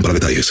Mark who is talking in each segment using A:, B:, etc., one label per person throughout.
A: para detalles.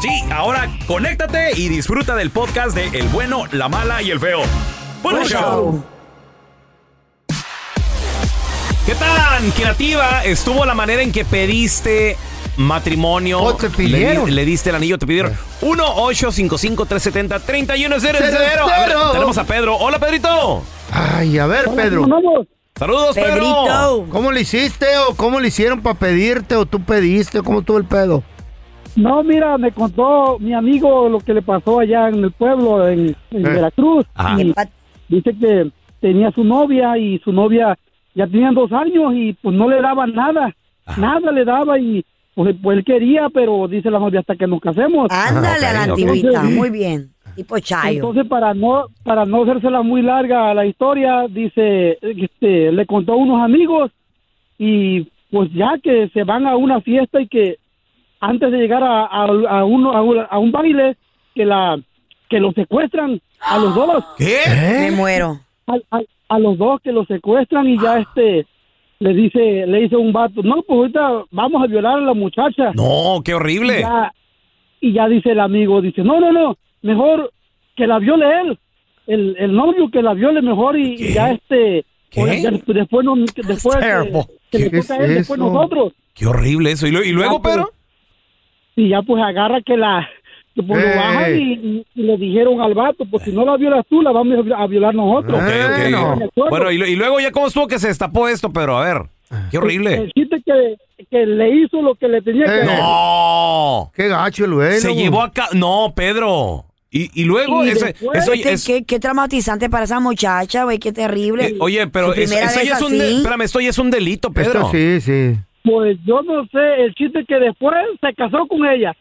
B: Sí, ahora conéctate y disfruta del podcast de El bueno, la mala y el feo. Buen
C: Buen
B: show. ¿Qué tan creativa estuvo la manera en que pediste matrimonio?
C: Oh, te
B: Le di- Le,
C: pidieron. Eh.
B: diste el anillo, te pidieron. 1-855-370-3100. A ver,
C: Cero.
B: Tenemos a Pedro. Hola, Pedrito.
C: Ay, a ver, Pedro.
B: Saludos, Pedro.
D: Pedrito.
C: ¿Cómo le hiciste o cómo le hicieron para pedirte o tú pediste o cómo estuvo el pedo?
E: No, mira, me contó mi amigo lo que le pasó allá en el pueblo, en, en
C: Eh.
E: Veracruz.
B: Ajá.
E: Y
D: Pat-
E: dice que tenía su novia y su novia ya tenía dos años y pues no le daba nada.
B: Ah.
E: Nada le daba y pues, pues él quería, pero dice la novia hasta que nos casemos.
D: Ah, Ándale a la
B: Ah, ok, ok.
D: antigüita, muy bien. Tipo Chayo.
E: Entonces, para no para no hacérsela muy larga la historia, dice, este, le contó a unos amigos y pues ya que se van a una fiesta y que antes de llegar a, a, a uno, a, un, a un baile, que la que los secuestran a los dos,
C: ¿Eh?
D: Me muero.
E: a, a- a los dos que los secuestran y
B: Ah.
E: ya este le dice le dice un vato, no, pues ahorita vamos a violar a la muchacha.
B: No, Oh, qué horrible.
E: Ya- y ya dice el amigo, dice, no, no, no, mejor que la viole él, el, el novio que la viole mejor y, y ya este,
B: ¿Qué?
E: oye, ya desp- después, no- después
C: terrible.
E: que, que
C: ¿Qué
E: le toca a
C: es
E: él, después
C: eso?
E: nosotros.
B: Qué horrible eso. ¿Y, lo- y luego,
E: pues,
B: Pedro?
E: Y ya pues agarra que la, que, pues,
B: Eh.
C: Ey.
E: lo bajan y, y- y le dijeron al vato, pues si no la violas tú, la vamos a vi- a violar nosotros.
B: Ok, ok.
C: Bueno. Ah.
E: De acuerdo.
B: Bueno, y, lo- y luego ya cómo estuvo que se destapó esto, Pedro. A ver. Qué horrible.
E: El chiste que, que le hizo lo que le tenía que
C: Eh,
E: hacer.
B: No.
C: Qué gacho el güey.
B: Se
C: ¿no?
B: llevó a ca- No, Pedro. Y, y luego,
E: Y
B: ese-
E: después-
B: eso,
D: Qué,
B: es-
D: qué- qué traumatizante para esa muchacha, güey, qué terrible.
B: eh, oye,
D: Su
B: pero es-
D: primera
B: eso
D: vez
B: ya es un, de-
D: así.
B: espérame, esto ya es un delito,
C: Esto
B: Pedro.
C: sí, sí.
E: Pues yo no sé, el chiste que después se casó con ella.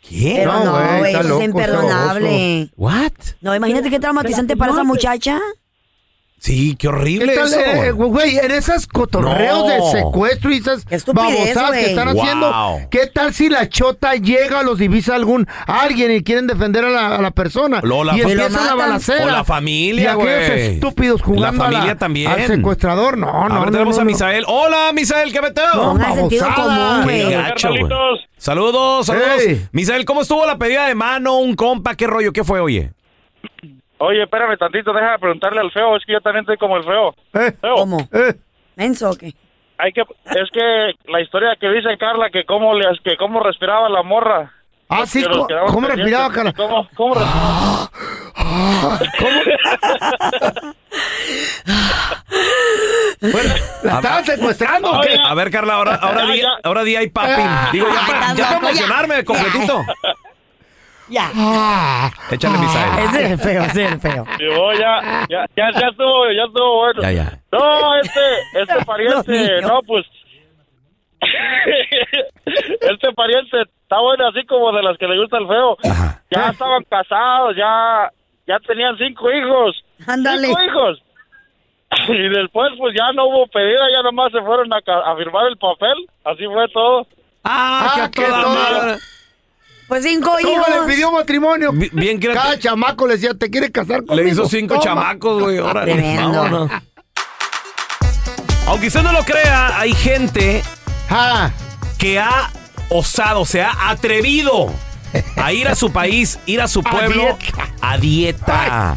B: ¿Qué?
D: Pero
C: No,
D: no,
C: güey,
D: güey,
C: está
D: eso es
C: loco, está
D: imperdonable.
B: What? pues,
D: No, imagínate qué traumatizante
E: Pero,
D: para esa
E: no,
D: muchacha.
B: Sí, qué horrible
C: ¿Qué tal,
B: eso.
C: eh, güey, en esas cotorreos
B: No.
C: de secuestro y esas
D: Qué estupidez,
C: babosadas
D: güey.
C: que están
B: Wow.
C: haciendo? ¿Qué tal si la chota llega, los divisa algún alguien y quieren defender a la, a la persona?
B: Lo- la
C: y
B: fa-
C: empieza
D: lo
C: la
D: matan.
C: balacera.
B: O la familia,
C: Y aquellos
B: güey.
C: estúpidos jugando
B: La
C: a
B: familia también.
C: al secuestrador. No, no,
B: a ver,
C: no,
B: tenemos
C: no,
B: a
C: no.
B: Misael. Hola, Misael, ¿qué
D: No,
B: peteo?
D: no hay sentido
C: babosada.
D: común,
B: Qué
D: güey.
B: gacho, güey. Saludos, saludos.
C: Hey.
B: Misael, ¿cómo estuvo la pedida de mano? ¿Un compa? ¿Qué rollo? ¿Qué fue, oye?
F: Oye, espérame tantito, deja de preguntarle al feo, es que yo también estoy como el feo.
C: Eh,
F: Feo,
D: ¿Cómo?
C: eh,
D: ¿Menso o qué?
F: hay que, es que la historia que dice Carla, que cómo, le, que cómo respiraba la morra.
C: Ah, sí,
F: Que nos
C: ¿cómo,
F: quedamos
C: cómo
F: pendientes.
C: respiraba, cara?
F: ¿Cómo, cómo respiraba?
B: Ah.
C: ¿La estaban secuestrando o qué?
B: A ver, Carla, ahora, ahora, di, ahora di ay, papín. Digo, ya, para-
D: Ay,
B: ya
D: tampoco,
B: para
D: ya.
B: emocionarme completito.
D: Ya.
B: Échale misael.
D: Ese es feo, ese es feo.
F: Llegó, ya, ya, ya, ya estuvo, ya estuvo bueno.
B: Ya, ya.
F: No, este, este pariente,
D: niños.
F: no, pues. este pariente está bueno, así como de las que le gusta el feo. Ya estaban casados, ya, ya tenían cinco hijos.
D: Ándale.
F: Cinco hijos. Y después, pues ya no hubo pedida, ya nomás se fueron a, ca- a firmar el papel. Así fue todo.
B: Ah,
C: Ah,
B: que a
C: que
B: toda
C: toda-
B: madre.
D: Pues cinco
C: ¿Cómo
D: hijos.
C: le pidió matrimonio?
B: Bi- Bien que
C: Cada chamaco le decía, ¿te quieres casar conmigo?
B: le hizo cinco
C: Toma.
B: chamacos, güey. Órale,
D: Tremendo.
B: vámonos. Aunque usted no lo crea, hay gente
C: Ah,
B: que ha osado, se ha atrevido a ir a su país, ir a su
C: A
B: pueblo
C: dieta.
B: a dieta.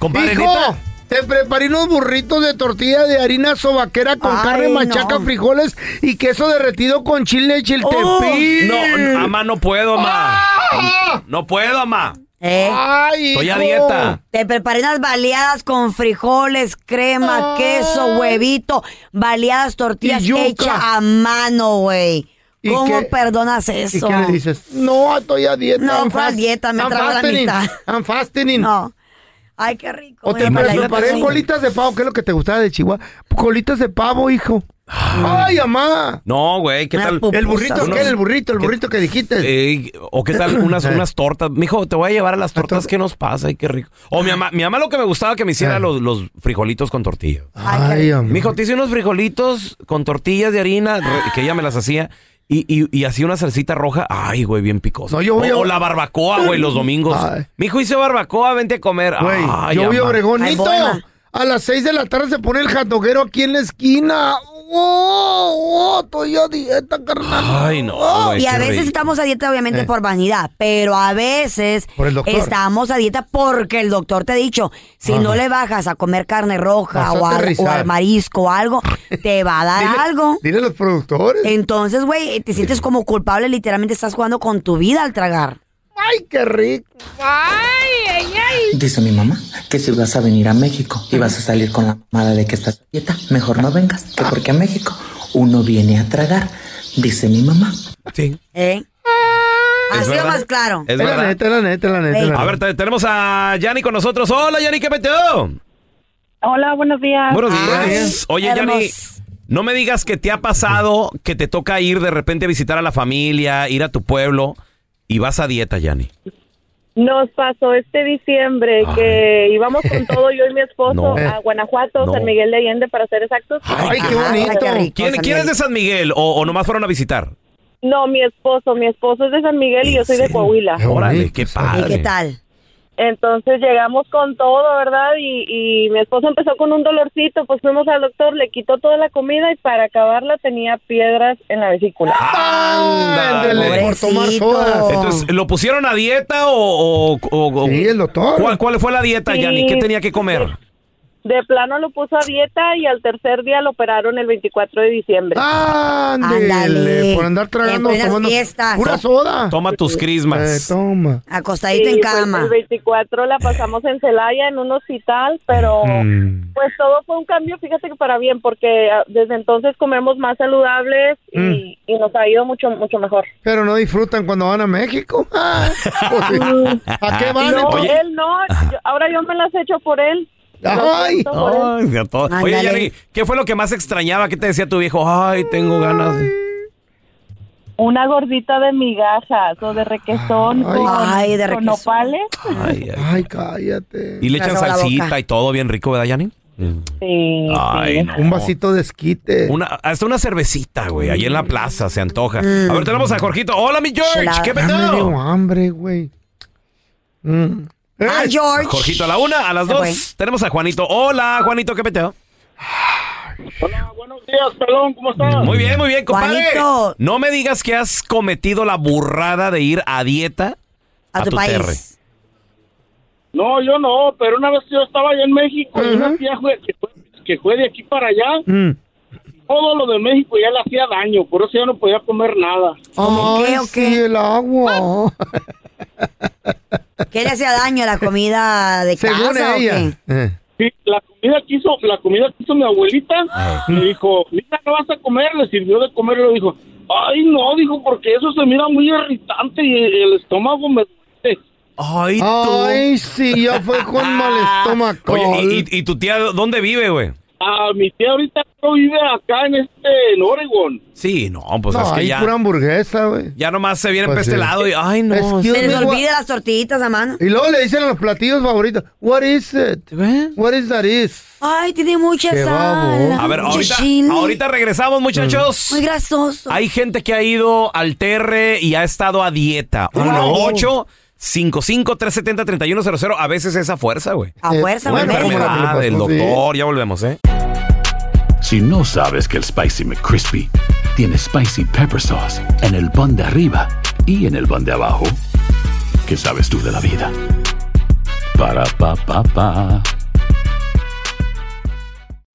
B: Compadre,
C: hijo,
B: neta,
C: te preparé unos burritos de tortilla de harina sobaquera con
D: Ay,
C: carne
D: no. Oh.
C: machaca, frijoles y queso derretido con chile chiltepín.
B: No, ama, no puedo, ma.
C: ¡Ah!
B: No puedo, ma.
D: Eh,
C: ¡Ay,
B: Estoy a
C: hijo!
B: dieta.
D: Te preparé unas baleadas con frijoles, crema, queso, huevito, baleadas, tortillas
C: Y yuca.
D: hechas a mano, güey.
C: ¿Y
D: ¿Cómo
C: qué-
D: perdonas
C: ¿Y
D: eso?
C: qué le dices? No, estoy a dieta.
D: No,
C: I'm
D: ¿cuál
C: fast-
D: dieta? Me
C: I'm
D: trago la
C: fastening,
D: mitad.
C: I'm fastening.
D: No. Ay, qué rico.
C: O te
D: una baleada
C: preparé
D: así.
C: colitas de pavo, que es lo que te gustaba de Chihuahua. Colitas de pavo, hijo. Ay, amá.
B: No, güey, ¿qué
D: Una
B: tal?
D: pup-
C: El burrito,
D: Unos-
C: ¿qué? El burrito, el burrito que dijiste.
B: Eh, o qué tal unas, unas tortas. Mijo, te voy a llevar a las tortas que nos pasa, ay, qué rico. O mi mamá, mi mamá lo que me gustaba que me hiciera
C: Ah.
B: los, los frijolitos con tortilla.
D: Ay, qué rico.
C: amá.
B: Mijo, te hice unos frijolitos con tortillas de harina, re- que ella me las hacía, y, y, y hacía una salsita roja. Ay, güey, bien picosa.
C: No, yo voy a-
B: o, o la barbacoa, güey, los domingos.
C: Ay.
B: Mijo, hice barbacoa, vente a comer.
C: Güey,
B: Ay,
C: yo
D: Ay,
C: voy a
B: ama.
C: Obregonito.
D: buena.
C: A las 6 de la tarde se pone el jatoguero aquí en la esquina. ¡Oh! oh estoy a dieta, carnal.
B: Ay, no, güey.
D: Oh, Y a
B: qué
D: veces
B: rico.
D: estamos a dieta, obviamente,
C: Eh.
D: por vanidad, pero a veces
C: Por el doctor.
D: estamos a dieta porque el doctor te ha dicho, si no le bajas a comer carne roja
C: Vas a
D: o, al-
C: aterrizar.
D: o al marisco o algo, te va a dar algo.
C: Dile a los productores.
D: Entonces, güey, te sientes como culpable, literalmente estás jugando con tu vida al tragar.
C: ¡Ay, qué rico!
G: Dice mi mamá que si vas a venir a México y vas a salir con la mamada de que estás a dieta, mejor no vengas, que porque a México uno viene a tragar, dice mi mamá.
B: Sí.
D: ¿Eh? Ha
B: Es
D: sido
B: verdad.
D: más claro.
B: Es
C: Es la
B: verdad.
C: neta, es la neta, es la neta. es la
B: A
C: neta.
B: ver, te- tenemos a Yanni con nosotros. Hola, Yanni, ¿qué peteo?
H: Hola, buenos días.
B: Buenos
D: Ay,
B: días. Oye, Yanni,
D: hermos.
B: no me digas que te ha pasado que te toca ir de repente a visitar a la familia, ir a tu pueblo y vas a dieta, Yanni.
H: Nos pasó este diciembre que íbamos con todo, yo y mi esposo,
B: No.
H: a Guanajuato,
B: No.
H: San Miguel de Allende, para ser exactos.
C: ¡Ay, qué
D: Ajá,
C: bonito!
D: qué rico.
B: ¿Quién,
D: San
B: quién es de
D: Miguel.
B: San Miguel o, o nomás fueron a visitar?
H: No, mi esposo, mi esposo es de San Miguel y yo soy de
B: ¿En serio?
H: Coahuila.
C: Qué
B: Órale,
C: bonito,
B: qué
C: sí.
B: padre.
D: ¿Y qué tal?
H: Entonces llegamos con todo, ¿verdad? Y, y mi esposo empezó con un dolorcito, pues fuimos al doctor, le quitó toda la comida y para acabarla tenía piedras en la vesícula.
C: Ándale,
B: Ándale.
C: por tomar sodas.
B: Entonces, ¿lo pusieron a dieta o...? o- o- o-
C: Sí, el doctor.
B: ¿Cuál, cuál fue la dieta,
H: Sí.
B: Yanni? ¿Qué tenía que comer?
H: De plano lo puso a dieta y al tercer día lo operaron el 24 de diciembre.
C: Ándale,
D: Ándale.
C: por andar
D: En
C: tragando,
D: plenas
C: tomando
D: fiestas.
C: pura soda.
B: Toma tus
C: Eh,
B: crismas.
C: toma.
D: Acostadito en
H: Sí, pues,
D: cama.
H: el 24 la pasamos en Celaya, en un hospital, pero
C: Mm.
H: pues todo fue un cambio, fíjate que para bien, porque ah, desde entonces comemos más saludables
C: Mm.
H: y, y nos ha ido mucho, mucho mejor.
C: Pero no disfrutan cuando van a México. Ah, pues sí. ¿A qué van?
H: Ah, No,
C: entonces?
H: él no, yo- ahora yo me las he hecho por él. Lo
C: Ay.
H: siento por él.
B: Ay, de a todo. Oye,
D: Ándale.
B: Yanni, ¿qué fue lo que más extrañaba? ¿Qué te decía tu viejo? Ay, tengo ganas. de-
H: Una gordita de migajas o de requesón
C: Ay.
H: con,
D: Ay, de
H: con
D: requesón.
H: nopales.
B: Ay, ay.
C: Ay, cállate.
B: Y le echan
D: Casó la
B: salsita
D: boca.
B: y todo bien rico, ¿verdad, Yanni? Mm.
H: Sí,
B: Ay,
H: sí.
B: no.
C: Un vasito de esquite.
B: Una, hasta una cervecita, güey. Ahí en la plaza se antoja. A ver, tenemos a Jorgito. Hola, mi George.
D: Chulada.
B: ¿Qué
C: Ya me dio
B: pedo?
C: hambre, güey. Mm. Eh,
D: Ay, George.
B: Jorgito a la una, a las
D: Se
B: dos.
D: fue.
B: Tenemos a Juanito. Hola, Juanito, ¿qué peteo?
F: Hola, buenos días, perdón, ¿cómo estás?
B: Muy bien, muy bien, compadre.
D: Juanito.
B: No me digas que has cometido la burrada de ir a dieta
D: A tu
B: terre.
D: país.
F: No, yo no, pero una vez yo estaba allá en México y una tía jue- que, fue, que fue de aquí para allá
C: mm.
F: todo lo de México ya le hacía daño, por eso ya no podía comer nada.
C: Ay, sí, el agua.
D: ¿Qué le hacía daño la comida de
C: Según
D: casa o
C: ella.
D: qué?
C: Eh.
F: Sí, la comida que hizo, la comida que hizo mi abuelita,
B: Ah,
F: me dijo, mira, no vas a comer, le sirvió de comer, y le dijo, ay, no, dijo, porque eso se mira muy irritante y el estómago me duele.
B: Ay, Ah.
C: Ay, sí, ya fue con mal estómago.
B: Oye, ¿y, y- y tu tía dónde vive, güey?
F: A mi tía ahorita no vive acá en este, en Oregon.
B: Sí, no, pues
C: no,
B: es que
C: hay
B: ya,
C: pura hamburguesa, güey.
B: ya nomás se vienen
C: Pues
B: para este
C: sí.
B: lado y, ay, no.
C: Excuse
D: Se les
C: me,
D: olvida las tortillitas a mano.
C: Y luego le dicen a los platillos favoritos, what is it? What is that is?
D: Ay, tiene mucha
C: Qué
D: sal.
C: babo.
B: A ver,
D: mucho
B: ahorita,
D: chile,
B: ahorita regresamos, muchachos.
D: Muy grasoso.
B: Hay gente que ha ido al terre y ha estado a dieta. 1-8-55-370-3100. A veces esa fuerza, güey.
D: A fuerza,
B: Una
D: güey.
I: bueno,
D: venga.
I: bueno,
B: enfermedad
I: pues,
B: del
I: pues, sí.
B: doctor. Ya volvemos, ¿eh?
I: Si no sabes que el Spicy McCrispy tiene Spicy Pepper Sauce en el pan de arriba y en el pan de abajo, ¿qué sabes tú de la vida? Para, pa, pa, pa.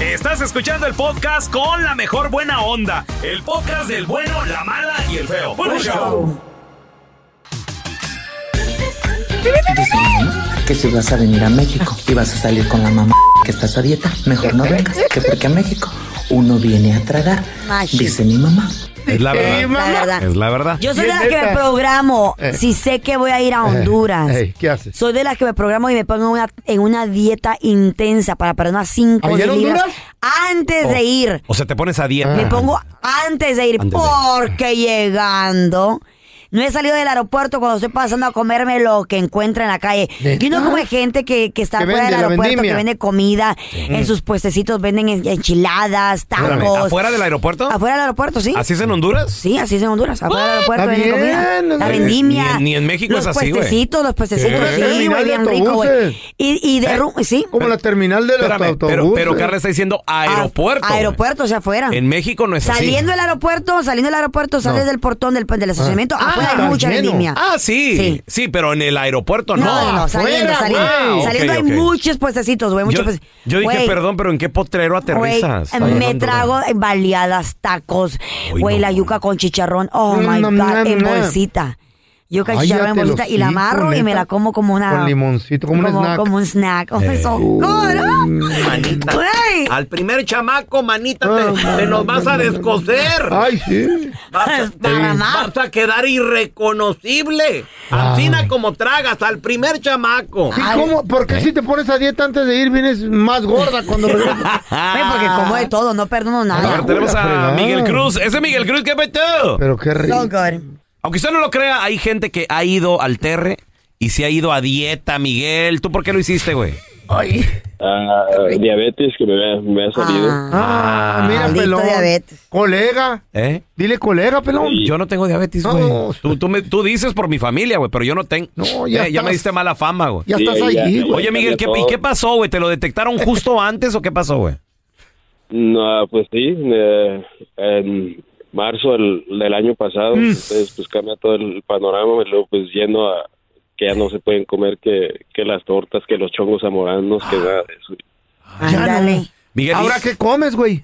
B: Estás escuchando el podcast con la mejor buena onda. El podcast del bueno, la mala y el feo. Bueno, show.
G: Que si vas a venir a México y vas a salir con la mamá que estás a dieta, mejor no vengas, que porque a México uno viene a tragar,
D: Mágico.
G: dice mi mamá.
B: Es la
C: Ey,
B: verdad.
D: La verdad.
B: Es la verdad.
D: Yo soy de
C: Bien
D: las que me
C: neta.
D: programo.
C: Eh.
D: Si sé que voy a
G: Eh.
D: ir a Honduras.
C: Ey, ¿Qué haces?
D: Soy de las que me programo y me pongo una- en una dieta intensa para perder unas 5
C: ¿Allá en
D: libras
C: Honduras?
D: antes de ir.
B: Oh. O sea, te pones a dieta.
D: Me pongo antes de ir
B: Ah. Antes de-
D: porque llegando no he salido del aeropuerto cuando estoy pasando a comerme lo que encuentro en la calle.
C: ¿Neta?
D: Yo no como gente que, que está
C: Que
D: fuera del
C: vende, la
D: aeropuerto, que
C: vendimia.
D: vende comida, en sus puestecitos venden en- enchiladas,
B: Espérame,
D: tacos.
B: ¿Afuera del aeropuerto?
D: Afuera del aeropuerto, sí.
B: ¿Así es en Honduras?
D: Sí, así es en Honduras. Afuera del aeropuerto
C: Está
D: venden
C: bien,
D: comida.
C: no
D: La
C: sé.
B: Ni
D: vendimia.
B: en- ni en México
D: los
B: es así, güey.
D: puestecitos, Los puestecitos,
C: ¿Qué?
D: sí, güey,
C: Terminal de
D: bien rico, güey.
C: autobuses.
D: Y, y de ru- sí.
C: Eh, Como la terminal de los
B: Espérame,
C: autobuses.
B: pero, pero Carla está diciendo aeropuerto. güey.
D: Aeropuerto, o sea, afuera.
B: En México no es así.
D: Saliendo del aeropuerto, saliendo del aeropuerto, sales del portón del, del estacionamiento,
C: Ah,
D: afuera hay
C: está
D: mucha
C: lleno.
D: vendimia.
B: Ah, sí. sí.
D: Sí.
B: pero en el aeropuerto no.
D: no, no, no, saliendo,
C: afuera,
D: saliendo.
B: güey.
D: Saliendo
B: Ok,
D: hay
B: ok.
D: muchos puestecitos, güey, muchos
B: Yo,
D: puestecitos.
B: yo dije,
D: Güey,
B: perdón, pero ¿en qué potrero
D: güey,
B: aterrizas?
D: eh,
B: Ay,
D: me
B: no,
D: trago baleadas, tacos,
B: Uy,
D: güey,
B: no,
D: la
B: no.
D: yuca con chicharrón, oh
C: Mm,
D: my
C: nom,
D: god,
C: nom,
D: en
C: nom.
D: bolsita. Yuca con
C: Cállate
D: chicharrón en
C: el
D: bolsita y la
C: hocico,
D: amarro y me
C: neta.
D: la como como una...
C: Con limoncito, como un snack.
D: Como un snack. Oh,
B: Eh.
D: so good, ¿no?
B: Manita.
D: Güey.
B: Al primer chamaco, manita,
C: te- te nos vas a
B: descoser.
C: Ay, sí.
D: Desparramar.
B: a quedar irreconocible.
C: Asina
B: como tragas al primer chamaco.
C: ¿Y cómo? ¿Por
B: ¿Eh?
C: qué si te pones a dieta antes de ir vienes más gorda cuando regresas?
D: Güey, porque como de todo, no perdono
B: A
D: nada.
B: ver, tenemos a
C: Hola,
B: Miguel
C: fregado.
B: Cruz. Ese Miguel Cruz, ¿qué peteo?
C: Pero qué rico.
D: So good.
B: Aunque usted no lo crea, hay gente que ha ido al terre y se ha ido a dieta, Miguel. ¿Tú por qué lo hiciste, güey?
F: Ah, diabetes que me, me ha salido.
C: Ah, mira,
D: Maldito
C: pelón.
D: diabetes.
C: Colega.
B: ¿Eh?
C: Dile colega, pelón.
B: Yo no tengo diabetes, güey.
C: No.
B: Tú, tú me- tú dices por mi familia, güey, pero yo no tengo. Eh,
C: No, ya
B: ya me
C: estás-
B: diste mala fama, güey.
C: Ya
F: Sí,
C: estás
F: ya,
C: allí,
F: ya,
C: güey.
B: Oye, Miguel, ¿qué,
F: todo.
B: ¿y qué pasó, güey? ¿Te lo detectaron justo antes o qué pasó, güey?
F: No, pues sí, eh, en marzo del, del año pasado, entonces pues cambia todo el panorama, y luego pues yendo a que ya no se pueden comer que, que las tortas, que los chongos zamoranos, que nada de eso.
D: Ándale.
B: Miguel,
C: ¿Ahora
B: y-
C: qué comes, güey?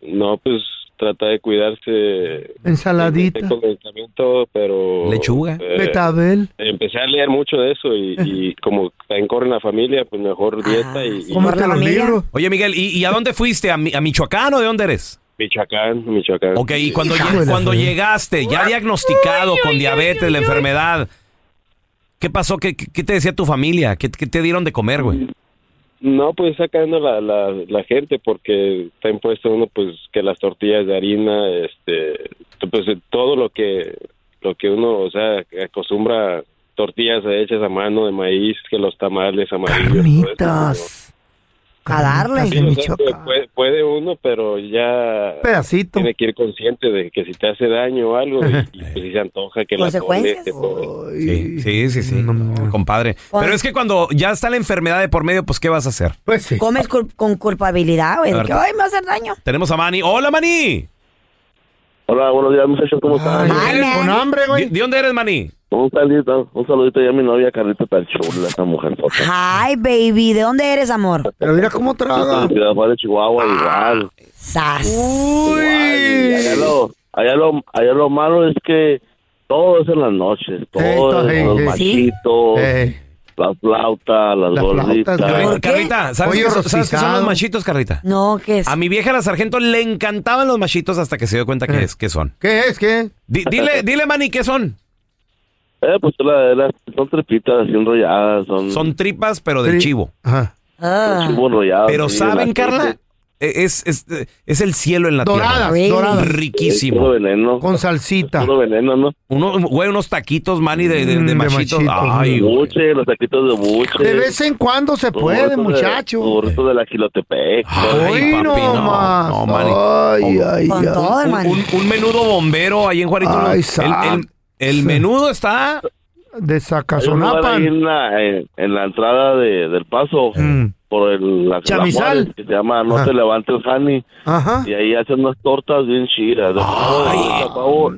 F: No, pues trata de cuidarse.
C: Ensaladita.
F: Con medicamento, pero...
B: Lechuga.
F: eh,
C: Betabel.
F: Empecé a leer mucho de eso y, y como también corre en la familia, pues mejor dieta y... y-
B: Oye, Miguel, ¿y, y a dónde fuiste? ¿A, Mi- a Michoacán o de dónde eres?
F: Michoacán, Michoacán.
B: Ok, y cuando,
F: Hijo
B: lleg-
F: de la
B: cuando
F: fregada.
B: llegaste, ya diagnosticado con diabetes, la enfermedad, ¿qué pasó? ¿Qué, qué- qué te decía tu familia? ¿Qué, qué te dieron de comer, güey?
F: No, pues sacando la, la, la gente porque está impuesto uno pues que las tortillas de harina, este, pues todo lo que lo que uno, o sea, que acostumbra tortillas hechas a mano de maíz, que los tamales amarillos.
C: Carnitas. A
D: Ah,
C: darle.
F: Sí, o sea, puede, puede uno, pero ya
C: Pedacito.
F: tiene que ir consciente de que si te hace daño o algo y, y, pues, si se antoja que la comes,
C: ¿Consecuencias?
F: te comes.
B: Sí, sí, sí, sí. compadre. Pero es que cuando ya está la enfermedad de por medio, pues ¿qué vas a hacer?
C: Pues sí.
D: Comes cul- con culpabilidad, güey. de Que,
B: Verdad.
D: ay, me va a hacer daño.
B: Tenemos a Manny. ¡Hola, Manny!
J: Hola, buenos días, muchachos, ¿cómo están?
B: con hambre, güey. ¿De dónde eres, Manny?
J: Un saludito, un saludito ya a mi novia Carlita tan chula, esa mujer.
D: Hi, baby. ¿De dónde eres, amor?
C: Pero mira cómo
J: En Ciudad Juárez, Chihuahua,
B: Ah,
J: igual.
D: Sas.
J: Igual, Allá lo, allá, lo, allá lo malo es que todo es en las noches, todo
B: Ey,
J: es los
B: ey, ey.
J: machitos, las flautas, las, gorditas.
B: Carlita, ¿sabes qué, son- sabes qué son los machitos, Carlita?
D: No, ¿qué es?
B: A mi vieja la sargento le encantaban los machitos hasta que se dio cuenta que, es, que son.
C: Eh. ¿Qué es? ¿Qué?
B: Di- dile, dile, Manny, ¿qué son?
J: Eh, pues la- la- son trepitas así enrolladas. Son,
B: Son tripas, pero de
J: Tri-
B: chivo.
C: Ajá.
B: Ah.
J: chivo enrollado.
B: Pero
J: sí,
B: ¿saben,
J: en
B: Carla? E- Es, es, es el cielo en la
C: Doradas,
B: tierra.
C: doradas.
B: Riquísimo.
J: Puro veneno.
C: Con salsita.
J: Puro veneno, ¿no?
B: Uno, güey, unos taquitos, Manny, de, de, de
C: Mm, de
B: machitos.
C: machitos,
B: Ay,
J: los
B: güey.
J: buches, los taquitos de buche.
C: De vez en cuando se
J: los
C: puede,
J: burritos de-
C: muchacho.
J: los burritos de la Quilotepec.
B: Ay, papi, no, no, Manny.
C: Con ay. todo,
B: Un-
C: Manny.
B: un, un menudo bombero ahí en Juarito.
C: Ay,
B: el, el- el menudo está...
C: De
J: Hay un lugar ahí
C: Sacazonapan.
J: en la, en, en la entrada de, del paso por el la, la
C: Chamizal.
J: Juárez, que se llama No
C: Ajá.
J: te levantes Hani
C: Ajá.
J: y ahí hacen unas tortas bien chidas.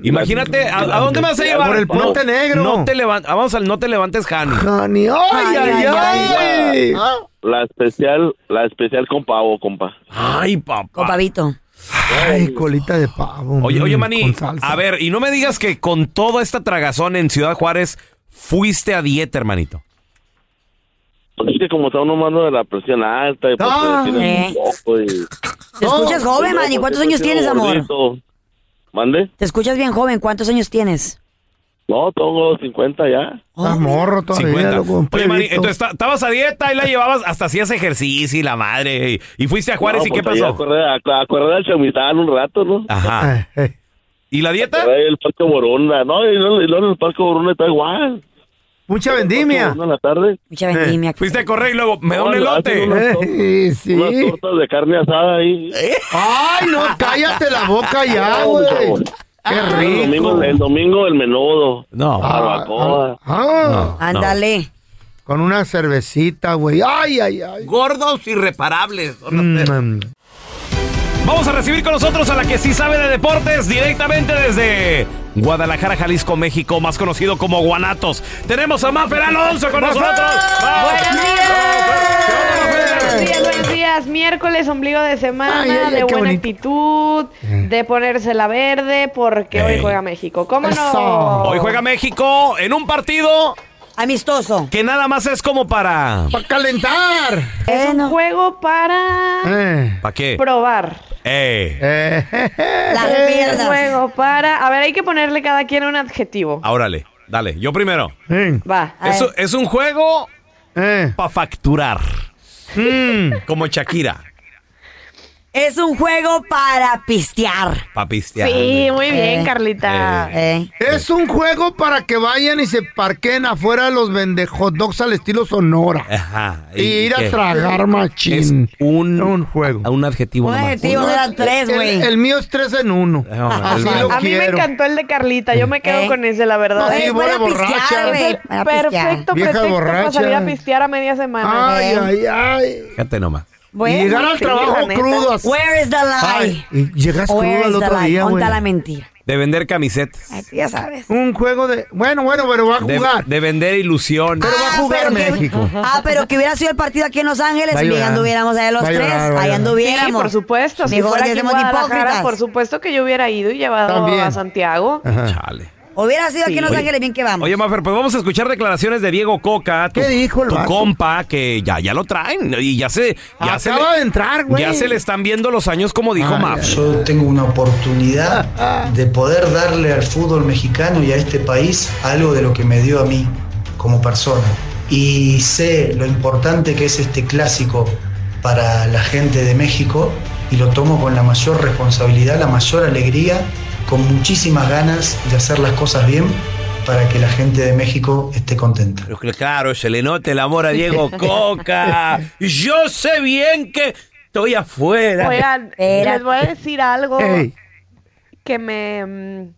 B: Imagínate, ¿a, a dónde me vas a llevar?
J: Por el Puente
B: no,
J: Negro.
B: No te levantes, vamos al no te levantes, Hani.
C: Hani, ay, ay, ay.
J: La especial, la especial con pavo, compa.
B: Ay, papá.
D: Con pavito.
C: Ay, colita de pavo.
B: Oye, oye,
C: mm,
B: Mani,
C: con salsa.
B: a ver, y no me digas que con toda esta tragazón en Ciudad Juárez fuiste a dieta, hermanito.
J: Pues es que como está uno mano de la presión alta y pues
D: Ah,
J: se detiene
D: eh.
J: un poco y-
D: Te escuchas
J: No, pues
D: joven,
J: no,
D: Manny.
J: porque
D: ¿Cuántos
J: estoy
D: años
J: siendo
D: tienes, amor?
J: gordito. ¿Mande?
D: Te escuchas bien joven. ¿Cuántos años tienes?
J: No, tengo 50 ya.
C: Estás morro todavía,
B: 50.
C: loco, un
B: Oye, Mani,
C: plebito.
B: entonces ta- estabas a dieta y la llevabas, hasta hacías ejercicio y la madre. Y, y fuiste a Juárez
J: No,
B: y qué
J: pues ahí A
B: pasó.
J: correr, a, a correr al chamizal un rato, ¿no?
B: Ajá.
J: ¿Y
B: la dieta?
J: el Parque Borona. No, y luego y luego en el Parque Borona está igual.
C: Mucha Eh.
J: vendimia. en la tarde.
D: Mucha vendimia.
B: Fuiste a correr y luego me da un
J: hacen
B: elote.
J: Unas, tor- unas tortas de carne asada ahí.
C: Eh. Ay, no, cállate la boca ya, güey. Qué
J: El
C: rico.
J: domingo, el domingo el menudo.
B: No.
J: Barbacoa.
C: Ah,
J: No, Ándale.
C: Con una cervecita, güey. Ay, ay, ay.
B: Gordos irreparables.
C: Mm,
B: Vamos a recibir con nosotros a la que sí sabe de deportes directamente desde Guadalajara, Jalisco, México, más conocido como Guanatos. Tenemos a Mafer Alonso con nosotros.
K: Buenos días, buenos días. Miércoles, ombligo de semana,
C: Eh. Ay, ay, ay,
K: de
C: qué
K: buena
C: bonito. Eh.
K: actitud, de ponerse la verde, porque hoy juega México. ¿Cómo no?
B: Hoy juega México en un partido
D: amistoso
B: que nada más es como para
C: ¡Para calentar!
K: Es un juego para
B: ¿Para qué?
K: probar.
B: Eh.
C: Eh.
K: Es un juego para. A ver, hay que ponerle cada quien un adjetivo.
B: Ah, órale, dale, yo primero.
K: Va.
B: Es, un- es un juego
C: Eh.
B: para facturar.
C: Mm.
B: Como Shakira,
D: Es un juego para pistear.
B: para pistear.
K: Sí, muy
D: Eh,
K: bien, Carlita.
C: Es un juego para que vayan y se parquen afuera los vende hot dogs al estilo Sonora.
B: Ajá.
C: Y ir a
B: qué?
C: tragar machín.
B: Es un,
C: juego.
B: Un adjetivo. nomás.
C: Uno- el- El, mío es tres en uno. Así
B: el-
C: lo
K: A mí me
C: quiero.
K: encantó el de Carlita, yo me quedo con ese, la verdad.
C: No, sí, Eh, buena voy a pistear, borracha. güey,
K: Es el
C: voy a pistear.
K: perfecto
C: Vieja
K: pretexto para
C: borracha.
K: salir a pistear a media semana.
C: Ay,
K: Eh.
C: ay, ay.
B: Fíjate nomás.
D: Bueno,
C: y llegar al
D: sí,
C: trabajo
D: la neta.
C: crudo. así.
D: Where is the lie?
C: Ay, y llegas
D: Where
C: crudo
D: is
C: al
D: the
C: otro
D: lie?
C: día,
D: ¿Dónde
C: güey.
D: está la mentira?
B: De vender camisetas.
D: Ya sabes.
C: Un juego de. Bueno, bueno, pero va a
B: De,
C: jugar.
B: de vender ilusión.
C: Pero va a jugar
D: pero que-
C: México.
D: Ah, pero que hubiera sido el partido aquí en Los Ángeles,
B: Va a
D: y
B: llorar.
D: anduviéramos allá los
B: Va a
D: tres,
B: llorar, va a
D: ahí
B: llorar.
D: anduviéramos.
K: Sí, por supuesto. Si
D: Mejor
K: fuera
D: que
K: aquí en
D: seamos
K: Guadalajara,
D: hipócritas.
K: por supuesto que yo hubiera ido y llevado
B: También.
K: a Santiago.
B: Chale.
D: Hubiera sido aquí en Los
B: Oye.
D: Ángeles, bien que vamos.
B: Oye, Mafer, pues vamos a escuchar declaraciones de Diego Coca. Tu,
D: ¿Qué dijo el
B: tu
D: vato?
B: compa, que ya, ya lo traen. Y ya se. Ya se
C: Acaba
B: le-
C: de entrar, güey.
B: Ya se le están viendo los años, como dijo Maf.
L: Ah, Yo tengo una oportunidad de poder darle al fútbol mexicano y a este país algo de lo que me dio a mí como persona. Y sé lo importante que es este clásico para la gente de México y lo tomo con la mayor responsabilidad, la mayor alegría, con muchísimas ganas de hacer las cosas bien para que la gente de México esté contenta.
B: Claro, se le nota el amor a Diego Coca. Yo sé bien que estoy afuera.
K: Oigan, les voy a decir algo
B: Ey.
K: que me... mm,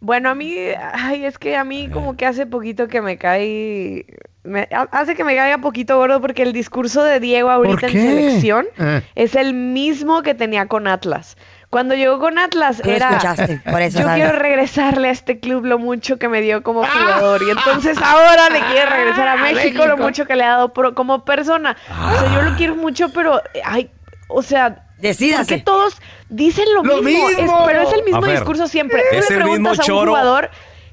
K: Bueno, a mí, ay, es que a mí como que hace poquito que me cae... me- ha- hace que me caiga poquito gordo porque el discurso de Diego ahorita en
C: qué?
K: selección
C: Eh.
K: es el mismo que tenía con Atlas. Cuando llegó con Atlas
D: Tú lo
K: era...
D: escuchaste, por eso
K: Yo
D: sabes".
K: quiero regresarle a este club lo mucho que me dio
B: Ah.
K: como jugador y entonces ahora le quiere regresar a México, lo
D: México.
K: mucho que le ha dado pro- como persona. O
B: Ah.
K: sea, yo lo quiero mucho, pero eh, ay, o sea,
D: Decídase.
K: porque todos dicen lo,
D: Lo
K: mismo, es-
D: mismo.
K: pero es el mismo
B: A ver,
K: discurso siempre.
B: es
K: Tú
B: el
K: le preguntas
B: mismo
K: a un
B: choro.
K: jugador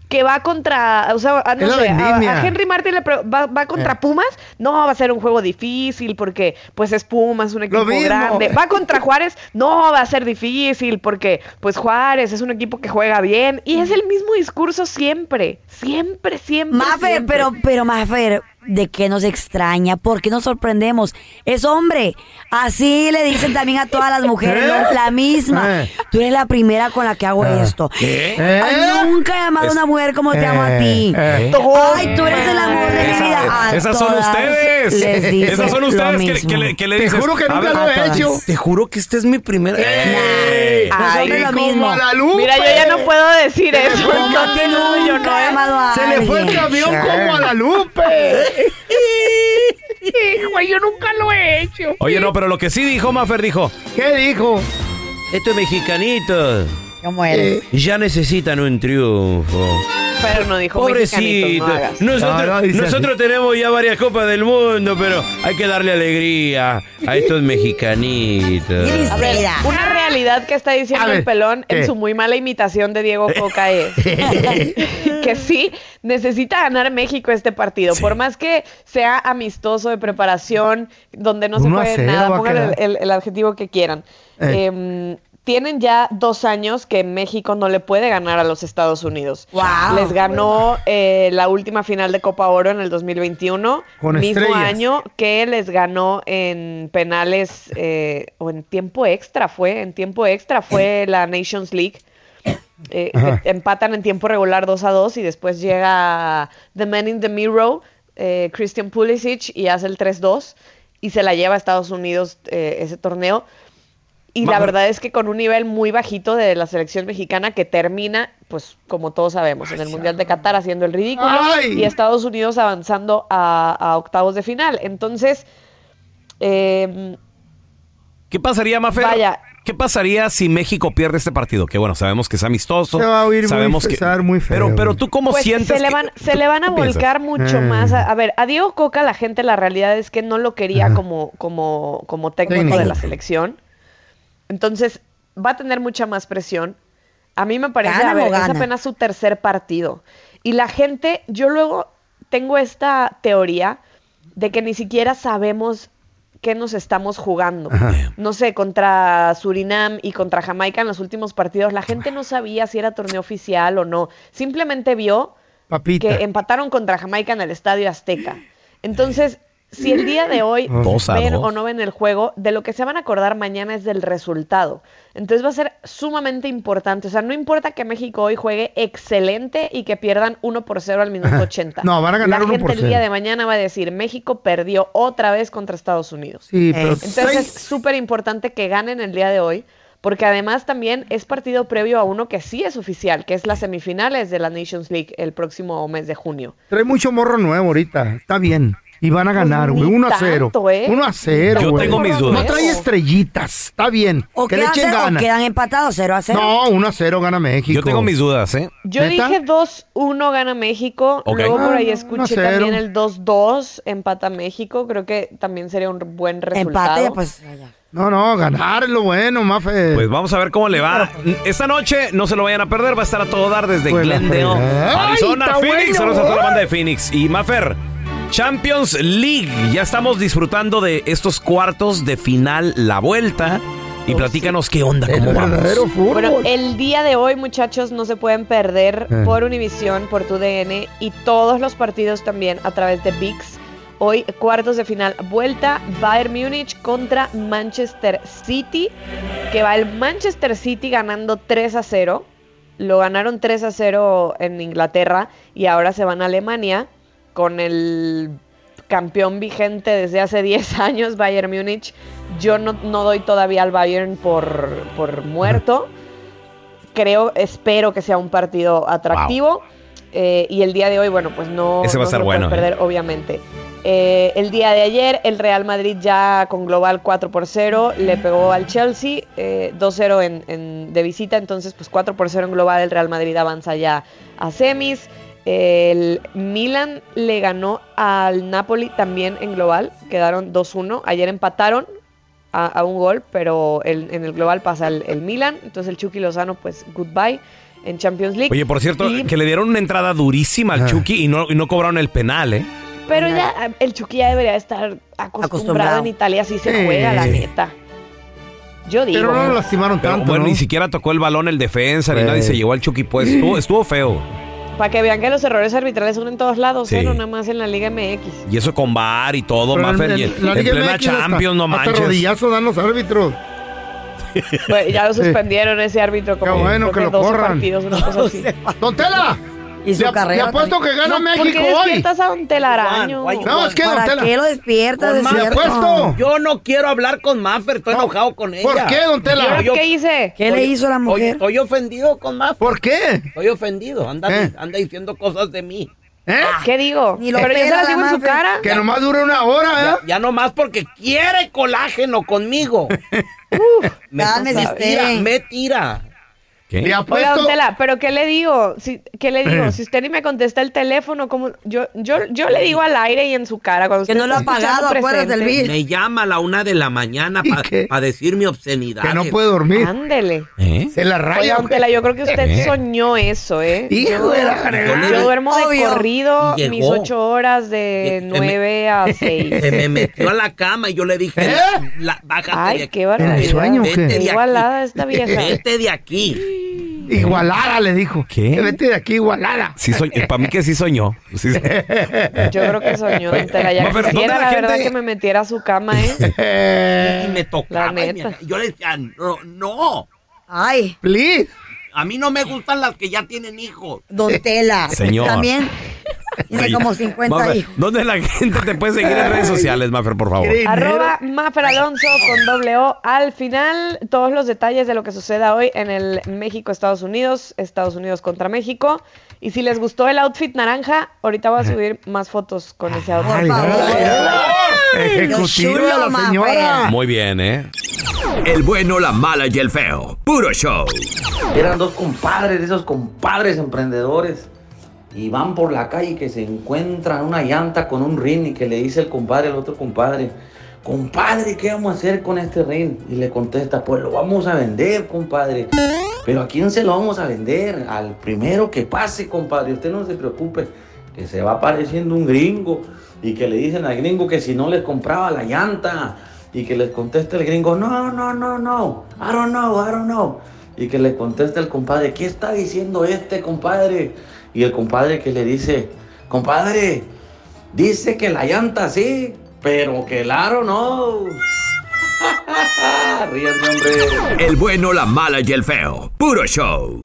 K: que va contra, o sea, a- no
B: Es la
K: sé, a,
B: vendimia.
K: a Henry Martin le pre- va, va contra
B: Eh.
K: Pumas, no va a ser un juego difícil porque pues es Pumas, un equipo
C: mismo.
K: grande. Va contra Juárez, no va a ser difícil porque pues Juárez es un equipo que juega bien y es el mismo discurso siempre, siempre, siempre.
D: Mafer,
K: siempre.
D: pero, pero Mafer, ¿de qué nos extraña? ¿Por qué nos sorprendemos? Es hombre. Así le dicen también a todas las mujeres,
M: ¿Eh?
D: ¿no? la misma.
M: Eh.
D: Tú eres la primera con la que hago
M: Ah.
D: esto.
M: ¿Qué?
D: Ay,
C: ¿Eh?
D: nunca he amado a
M: Es-
D: una mujer como te amo a ti.
M: Eh.
D: Ay, tú eres el amor de mi
B: Esa-
D: vida. A
B: esas son
D: todas
B: ustedes.
D: les dice
B: Esas son
D: lo
B: ustedes que- que,
D: mismo.
B: le, que le
C: Te
B: dices,
C: juro que
B: "A
C: nunca
B: ver,
C: lo he
B: a todas".
C: hecho.
B: Te juro que esta es mi primera.
C: Ay,
B: ¡Ey!
K: Ay,
C: como
K: mismo.
C: a la Lupe.
K: Mira, yo ya no puedo decir
C: Se le
K: eso.
C: fue el
K: Como que no, yo no, ¿eh?
C: Se le fue el camión como a la Lupe.
K: Güey, yo nunca lo he hecho.
B: Oye, no, pero lo que sí dijo Mafer dijo.
C: ¿Qué dijo?
B: Estos mexicanitos
D: ¿Cómo eres?
B: ya necesitan un triunfo.
K: Pero no dijo mexicanitos, no hagas.
B: Pobrecitos. Nosotros,
K: No, no, dice
B: nosotros tenemos ya varias copas del mundo, pero hay que darle alegría a estos mexicanitos.
K: A ver, una realidad que está diciendo
B: A ver,
K: el pelón
B: ¿qué?
K: en su muy mala imitación de Diego Coca es que sí necesita ganar México este partido. Por más que sea amistoso de preparación, donde no se
M: Uno a
K: juegue
M: cero
K: nada,
M: va a
K: pongan el,
M: quedar.
K: el- el adjetivo que quieran.
M: Eh.
K: Em, tienen ya dos años que México no le puede ganar a los Estados Unidos.
M: Wow.
K: Les ganó eh, la última final de Copa Oro en el 2021,
M: Con
K: mismo
M: estrellas.
K: año que les ganó en penales eh, o en tiempo extra fue, en tiempo extra fue la Nations League. Eh,
M: Ajá.
K: empatan en tiempo regular 2 a 2 y después llega The Man in the Mirror, eh, Christian Pulisic y hace el 3-2 y se la lleva a Estados Unidos eh, ese torneo. Y la
B: Mafer-
K: verdad es que con un nivel muy bajito de la selección mexicana que termina, pues como todos sabemos, en el Mundial de Qatar haciendo el ridículo
M: Ay.
K: y Estados Unidos avanzando a, a octavos de final. Entonces, eh,
B: ¿Qué pasaría, Mafer?
K: Vaya.
B: ¿Qué pasaría si México pierde este partido? Que bueno, sabemos que es amistoso.
C: Se va a oír muy
B: sabemos
C: fe-
B: que
C: se va a oír muy feo,
B: Pero, pero
C: güey.
B: tú cómo
K: Pues,
B: sientes.
K: Se le
B: que-
K: van, se le van a
B: ¿tú qué piensas?
K: volcar mucho
M: Ah.
B: Eh.
K: más. A, a ver, a Diego Coca la gente, la realidad es que no lo quería como, como, como técnico
M: Técnico.
K: de la selección. Entonces, va a tener mucha más presión. A mí me parece,
M: Gana
K: a
M: o
K: ver, es
M: gana.
K: apenas su tercer partido. Y la gente, yo luego tengo esta teoría de que ni siquiera sabemos qué nos estamos jugando.
M: Ajá.
K: No sé, contra Surinam y contra Jamaica en los últimos partidos, la gente no sabía si era torneo oficial o no. Simplemente vio
C: Papita.
K: que empataron contra Jamaica en el Estadio Azteca. Entonces, si el día de hoy
M: Dos a
K: ven
M: dos.
K: o no ven el juego, de lo que se van a acordar mañana es del resultado. Entonces va a ser sumamente importante. O sea, no importa que México hoy juegue excelente y que pierdan 1 por 0 al minuto 80.
C: No, van a ganar
K: La
C: 1 por
K: gente el día
C: 0.
K: de mañana va a decir, México perdió otra vez contra Estados Unidos.
C: Sí, pero-
K: Entonces es súper importante que ganen el día de hoy. Porque además también es partido previo a uno que sí es oficial, que es las semifinales de la Nations League el próximo mes de junio.
C: Trae mucho morro nuevo ahorita. Está bien. Y van a ganar, güey.
K: Pues ni
C: 1 a 0.
K: tanto, ¿eh?
C: 1 a 0,
B: Yo
C: güey.
B: tengo mis dudas.
C: No trae estrellitas. Está bien.
D: O
C: que le
D: quedan
C: echen
D: cero- o
C: ganas.
D: quedan empatados 0 a 0.
C: No, 1 a 0 gana México.
B: Yo tengo mis dudas, ¿eh?
K: Yo dije 2-1 gana México,
B: Ok.
K: luego por ahí
B: Ah,
K: escuché
B: 1-0.
K: también el 2-2 empata México, creo que también sería un buen resultado.
D: pues.
C: No, no, ganar es lo bueno, Mafe.
B: Pues vamos a ver cómo le va. Esta noche no se lo vayan a perder, va a estar a todo dar desde
C: Pues la
B: Glendale,
C: fregada. Ay,
B: Arizona,
C: está
B: Phoenix.
C: bueno.
B: Saludos a toda la banda de Phoenix. Y Mafer, Champions League. Ya estamos disfrutando de estos cuartos de final, la vuelta. Y platícanos qué onda, cómo vamos.
K: Bueno, el día de hoy, muchachos, no se pueden perder
B: Eh.
K: por Univisión, por TUDN y todos los partidos también a través de VIX. Hoy, cuartos de final, vuelta Bayern Múnich contra Manchester City, que va el Manchester City ganando 3 a 0. Lo ganaron 3 a 0 en Inglaterra y ahora se van a Alemania con el campeón vigente desde hace 10 años, Bayern Múnich. Yo no, no doy todavía al Bayern por, por muerto. Creo, espero que sea un partido atractivo. Eh, y el día de hoy, bueno, pues no,
B: Ese va a
K: no se
B: estar
K: lo pueden
B: bueno, ¿eh?
K: perder, obviamente. Eh, el día de ayer, el Real Madrid ya con global 4 por 0, le pegó al Chelsea eh, 2-0 en- en- de visita, entonces pues 4 por 0 en global, el Real Madrid avanza ya a semis. El Milan le ganó al Napoli también en global, quedaron 2-1, ayer empataron a, a un gol, pero el- en el global pasa el, el Milan, entonces el Chucky Lozano pues goodbye en Champions League.
B: Oye, por cierto,
K: Y-
B: que le dieron una entrada durísima
C: Ah.
B: al Chucky y no, y no cobraron el penal, ¿eh?
K: pero ya el Chucky ya debería estar acostumbrado,
B: Acostumbrado.
K: en Italia, así se
B: Sí.
K: juega, la neta. Yo digo.
C: Pero no lo lastimaron
B: Pero,
C: tanto,
B: bueno,
C: ¿no?
B: ni siquiera tocó el balón el defensa, ni nadie se llevó al Chucky, pues estuvo, estuvo feo.
K: Para que vean que los errores arbitrales son en todos lados, ¿eh?
B: Sí.
K: no nada más en la Liga MX.
B: Y eso con VAR y todo,
C: Pero
B: Mafer,
C: en-
B: y
C: en
B: en,
C: la
B: en
C: Liga
B: plena
C: MX hasta-
B: Champions, no
C: Hasta
B: manches.
C: rodillazo dan los árbitros.
K: Bueno, ya lo suspendieron ese árbitro como
C: Qué bueno
K: creo
C: que lo
K: doce
C: corran.
K: partidos, una cosa así.
C: ¡Don Tela!
D: Y su
C: Le ap-
D: carrera
C: le apuesto
D: también.
C: que gana
K: No, ¿por
C: México
K: qué
C: hoy.
K: despiertas a un telaraño?
C: No, es que Don
D: ¿Para
C: Tela.
D: qué lo despiertas?
C: Don
D: Es
C: Mafer,
D: cierto.
C: apuesto.
M: Yo no quiero hablar con Maffer, estoy enojado con ella.
C: ¿Por qué, don Tela?
M: Yo-
C: ¿Y ahora
M: yo-
C: qué
K: hice?
D: ¿Qué le
M: Estoy-
D: hizo la
M: estoy-
D: mujer?
M: Estoy ofendido con Maffer.
C: ¿Por qué?
M: Estoy ofendido, anda,
C: ¿Eh?
M: anda diciendo cosas de mí. Ah,
K: ¿Qué digo?
M: Ni lo
K: Pero yo se
M: pela
K: las
M: la
K: digo en su
M: Mafe.
K: cara.
M: Que nomás
C: dura una hora, ¿eh?
M: Ya, ya nomás porque quiere colágeno conmigo. me,
K: cálmese
M: me
K: usted.
M: tira, me tira.
B: ¿Qué?
K: Oiga, don Tela, pero ¿qué le digo? Si, ¿Qué le
C: Eh.
K: digo? Si usted ni me contesta el teléfono, como yo, yo, yo le digo al aire y en su cara cuando usted está escuchando presente.
M: Me llama a la una de la mañana para decirme obscenidad. ¿Eh?
C: Que no puede dormir.
K: Ándele.
C: Se la
K: Oye,
C: raya.
K: don Tela, yo creo que usted
C: ¿Eh?
K: soñó eso, ¿eh?
C: Hijo
K: yo,
C: de la fregada.
K: yo duermo de
C: Obvio.
K: corrido
M: Llegó. Eh,
K: mis ocho horas de
M: Se me-
K: nueve a seis.
M: Se me metió a la cama y yo le dije,
C: ¿Eh?
M: la, bájate de
K: Ay,
M: aquí.
K: qué barbaridad.
M: Vete de
K: Igualada esta
M: aquí.
K: vieja.
M: Vete de aquí.
C: Igualada, le dijo.
B: ¿Qué?
C: Eh, Vete de aquí, igualada.
B: Sí
M: eh,
B: para mí que sí soñó. Sí so-
K: Yo creo que soñó don Tela. Ya
B: No, pero ¿dónde
K: quisiera, la,
B: la
K: verdad,
B: gente-
K: que me metiera a su cama, ¿eh?
M: Y me tocaba.
K: La
M: y
K: neta.
M: me- yo le decía, no, no.
D: Ay.
C: Please.
M: A mí no me gustan las que ya tienen hijos.
C: Eh.
D: Don Tela.
B: Señor.
D: También. Tiene
B: Oye,
D: como 50
B: Mafer,
D: hijos.
B: ¿Dónde la gente te puede seguir en redes sociales, Mafer, por favor?
K: Arroba Mafer Alonso con doble O. Al final, todos los detalles de lo que suceda hoy en el México-Estados Unidos, Estados Unidos contra México. Y si les gustó el outfit naranja, ahorita voy a subir más fotos con ese outfit.
C: Ejecutiva la señora.
B: Muy bien, ¿eh?
N: El bueno, la mala y el feo. Puro show.
O: Eran dos compadres, de esos compadres emprendedores. Y van por la calle que se encuentran una llanta con un rin y que le dice el compadre al otro compadre, compadre, ¿qué vamos a hacer con este rin? Y le contesta, pues lo vamos a vender, compadre. Pero ¿a quién se lo vamos a vender? Al primero que pase, compadre. Usted no se preocupe, que se va apareciendo un gringo y que le dicen al gringo que si no les compraba la llanta y que les contesta el gringo, no, no, no, no, I don't know, I don't know. Y que le contesta el compadre, ¿qué está diciendo este compadre? Y el compadre que le dice, compadre, dice que la llanta sí, pero que el aro no. Ríanse, hombre.
N: El bueno, la mala y el feo. Puro show.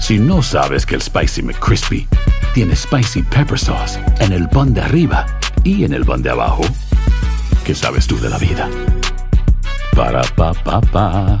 I: Si no sabes que el Spicy McCrispy tiene Spicy Pepper Sauce en el pan de arriba y en el pan de abajo, ¿qué sabes tú de la vida? Para, pa, pa, pa.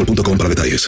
A: para detalles.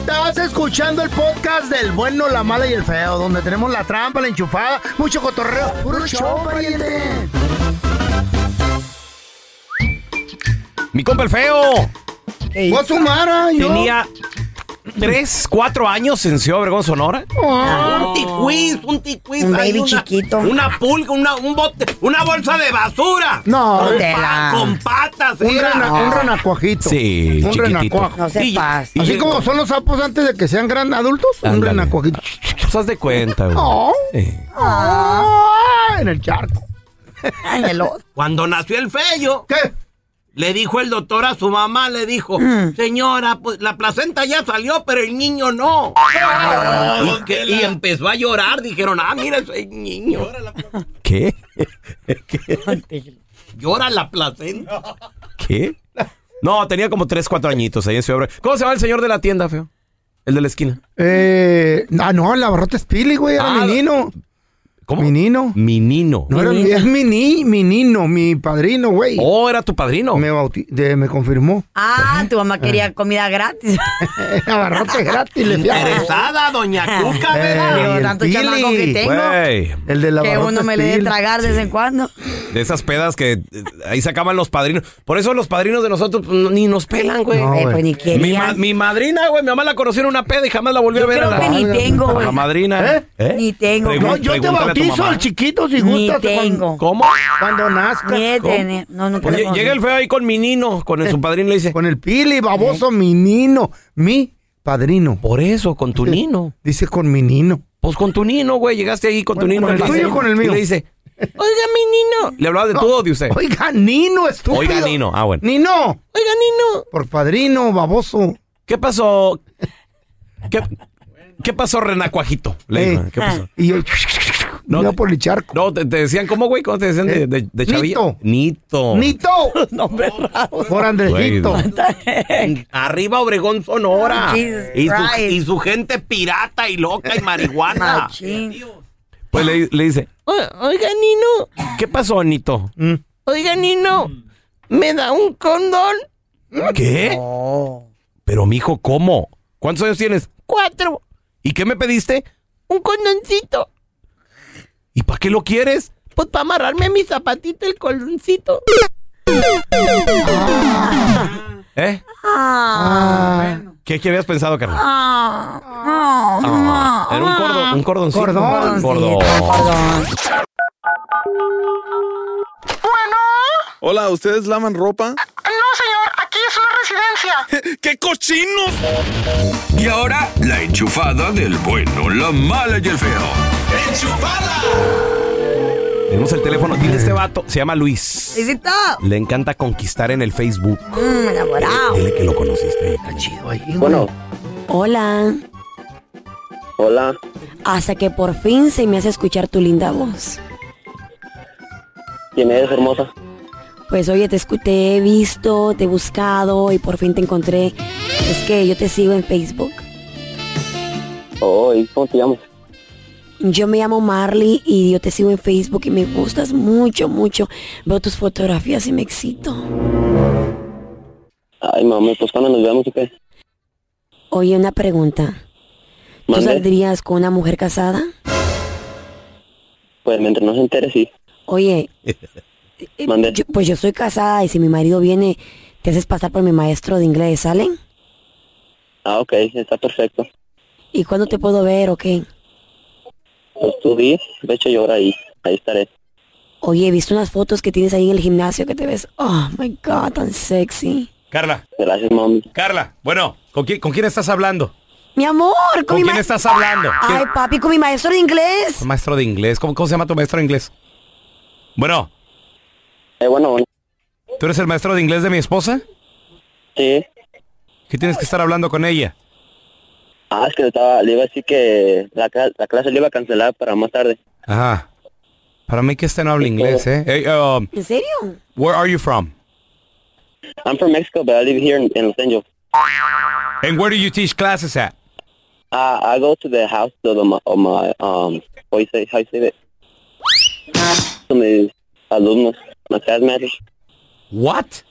C: Estás escuchando el podcast del bueno, la mala y el feo, donde tenemos la trampa, la enchufada, mucho cotorreo. ¡Puro show, pariente!
B: Mi compa el feo.
C: What's up, Mara? Yo-
B: Tenía 3, 4 años en Ciudad Obregón, Sonora.
M: Un ticuiz, un ticuiz.
B: Un
M: hay
B: baby
M: una-
B: chiquito.
M: Una pulga, una, un bote, una bolsa de basura.
C: No,
M: con,
C: Tela.
M: con patas.
C: Un,
M: era.
C: rana- un renacuajito.
B: Sí,
C: Un
B: chiquitito.
C: renacuajo.
B: No se Y- pase. y
C: Así
B: yo-
C: como son los sapos antes de que sean gran adultos, un
B: Ándale.
C: renacuajito.
B: Pues haz de cuenta, güey.
C: No.
B: Sí.
C: Ah, en el charco.
M: Cuando nació el fello, le dijo el doctor a su mamá, le dijo,
B: Mm.
M: señora, pues la placenta ya salió, pero el niño no. Y que- y, empezó a llorar, dijeron, ah, mira, ese niño.
B: ¿Qué?
M: Llora la placenta.
B: ¿Qué? No, tenía como 3, 4 añitos ahí en Ciudad Obregón. ¿Cómo se llama el señor de la tienda, feo? El de la esquina.
C: Eh, ah, no, el abarrote Spilly, güey, era
B: Ah,
C: mi nino.
B: ¿Cómo?
C: Mi nino.
B: Mi nino.
C: No, era mi- es mi, ni- mi nino, mi padrino, güey.
B: Oh, era tu padrino.
C: Me, bauti- de- me confirmó.
D: Ah, tu mamá quería comida gratis.
C: Eh. Abarrote gratis, le fiaba.
M: Interesada, doña Cuca,
C: Eh,
M: ¿verdad?
C: y el
D: tanto chamaco
C: Pili.
D: que tengo.
B: Güey,
C: El de la
D: Que
C: barrota
D: uno me le dé de
C: Spilly.
D: tragar de vez en cuando.
B: de esas pedas que eh, ahí sacaban los padrinos. Por eso los padrinos de nosotros pues, no- ni nos pelan, güey.
D: No, Eh, güey. pues, ni querían.
B: mi, ma- mi madrina, güey, mi mamá la conoció en una peda y jamás la volvió a ver.
D: creo
B: a la,
D: que ni
B: a la-
D: tengo,
B: a
D: güey.
B: La madrina.
D: ¿Eh? Ni tengo.
B: Pregun-
D: No, yo te
B: pregúntale a tu
C: Bautizo
B: mamá.
C: al chiquito si
D: Ni
C: gustas. cuando-
D: tengo.
B: ¿Cómo?
C: Cuando nazca.
D: Ni he
C: ¿Cómo?
D: tenido. No, nunca
B: Oye,
D: lo conocí.
B: llega el feo ahí con mi nino, con el- su padrino, le dice.
C: Eh,
B: "Eh".
C: Con el pili, baboso, mi nino, mi padrino.
B: Por eso, con tu nino.
C: Dice con mi nino.
B: Pues con tu nino, güey, llegaste ahí con tu
C: Bueno,
B: nino.
C: con el
B: le
C: tuyo
B: dice-
C: o con el
B: y
C: mío.
B: le dice, oiga, mi nino. Le hablaba de
C: No.
B: todo de usted.
C: Oiga, nino, estúpido.
B: Oiga, nino. Ah, bueno.
C: Nino,
B: Oiga, nino.
C: por padrino, baboso.
B: ¿Qué pasó? ¿Qué, qué pasó, renacuajito? Le
C: Eh,
B: digo, ¿qué pasó?
C: Y yo,
B: No,
C: iba
B: te-
C: por el charco.
B: No, te, te decían, ¿cómo, güey? ¿Cómo te decían de, de, de chavilla?
C: Nito.
B: Nito.
C: Nito,
D: Nombre raro.
C: por Andresito.
B: Oh.
C: Oh,
B: Güey,
M: Arriba Obregón, Sonora.
D: Jesus
M: Y su,
D: Christ.
M: y su gente pirata y loca y
C: Ah,
M: marihuana.
D: Machín.
B: Pues le, le dice, "O- oiga, Nino. ¿Qué pasó, Nito?
C: Mm.
B: Oiga, Nino, ¿me da un condón? ¿Qué? Pero, mijo, ¿cómo? ¿Cuántos años tienes? Cuatro. ¿Y qué me pediste? Un condoncito. ¿Y para qué lo quieres? Pues para amarrarme a mi zapatito el condoncito. ¿Eh?
C: Ah,
B: ¿Qué, qué habías pensado, carnal?
D: Ah,
B: Ah, era un, cordón, un cordoncito.
C: Cordón.
B: Un
D: Cordoncito,
P: Hola, ¿ustedes lavan ropa?
Q: No, señor, aquí es una residencia.
P: ¡Qué cochinos!
N: Y ahora, la enchufada del bueno, la mala y el feo.
B: Tenemos el teléfono. Dile a este vato. Se llama Luis.
D: Luisito.
B: Le encanta conquistar en el Facebook.
D: Mm, enamorado.
B: Dile que lo conociste. eh,
J: Bueno,
D: Hola.
J: hola.
D: Hasta que por fin se me hace escuchar tu linda voz.
J: ¿Quién eres, hermosa?
D: Pues oye, te, escu- te he visto, te he buscado y por fin te encontré. Es que yo te sigo en Facebook.
J: Oh, ¿y cómo te llamas?
D: Yo me llamo Marley y yo te sigo en Facebook y me gustas mucho, mucho. Veo tus fotografías y me excito.
J: Ay, mamá, pues cuando nos veamos, o ¿qué?
D: Oye, una pregunta. ¿Tú
J: Mande.
D: saldrías con una mujer casada?
J: Pues mientras no se entere, sí.
D: Oye, eh,
J: Mande.
D: yo- pues yo soy casada y si mi marido viene, Te haces pasar por mi maestro de inglés, ¿sale?
R: Ah, ok, está perfecto.
D: ¿Y cuándo te puedo ver o qué?
R: Pues tú di, de hecho yo ahora ahí, ahí estaré.
D: Oye, he visto unas fotos que tienes ahí en el gimnasio que te ves. Oh my god, tan sexy.
B: Carla.
R: Gracias, mami.
B: Carla, bueno, ¿con quién, con quién estás hablando?
D: Mi amor, con,
B: ¿Con
D: mi
B: quién
D: ma-
B: estás hablando?
D: Ay,
B: ¿Quién-
D: papi, con mi maestro de inglés.
B: Un maestro de inglés. ¿Cómo, cómo se llama tu maestro de inglés? Bueno.
R: Eh, bueno,
B: ¿Tú eres el maestro de inglés de mi esposa?
R: Sí.
B: ¿Qué tienes que estar hablando con ella?
R: Ah, es que le, estaba, le iba a decir que la, cla- la clase le iba a cancelar para más tarde.
B: Ajá. Para mí que este no habla inglés, ¿eh? Hey, um,
D: ¿En serio?
B: where are you from?
R: I'm from Mexico, but I live here in, in Los Angeles.
B: And where do you teach classes at?
R: Uh, I go to the house of my, of my um, how you say, how you say that? To mis alumnos, my classmates.
B: What?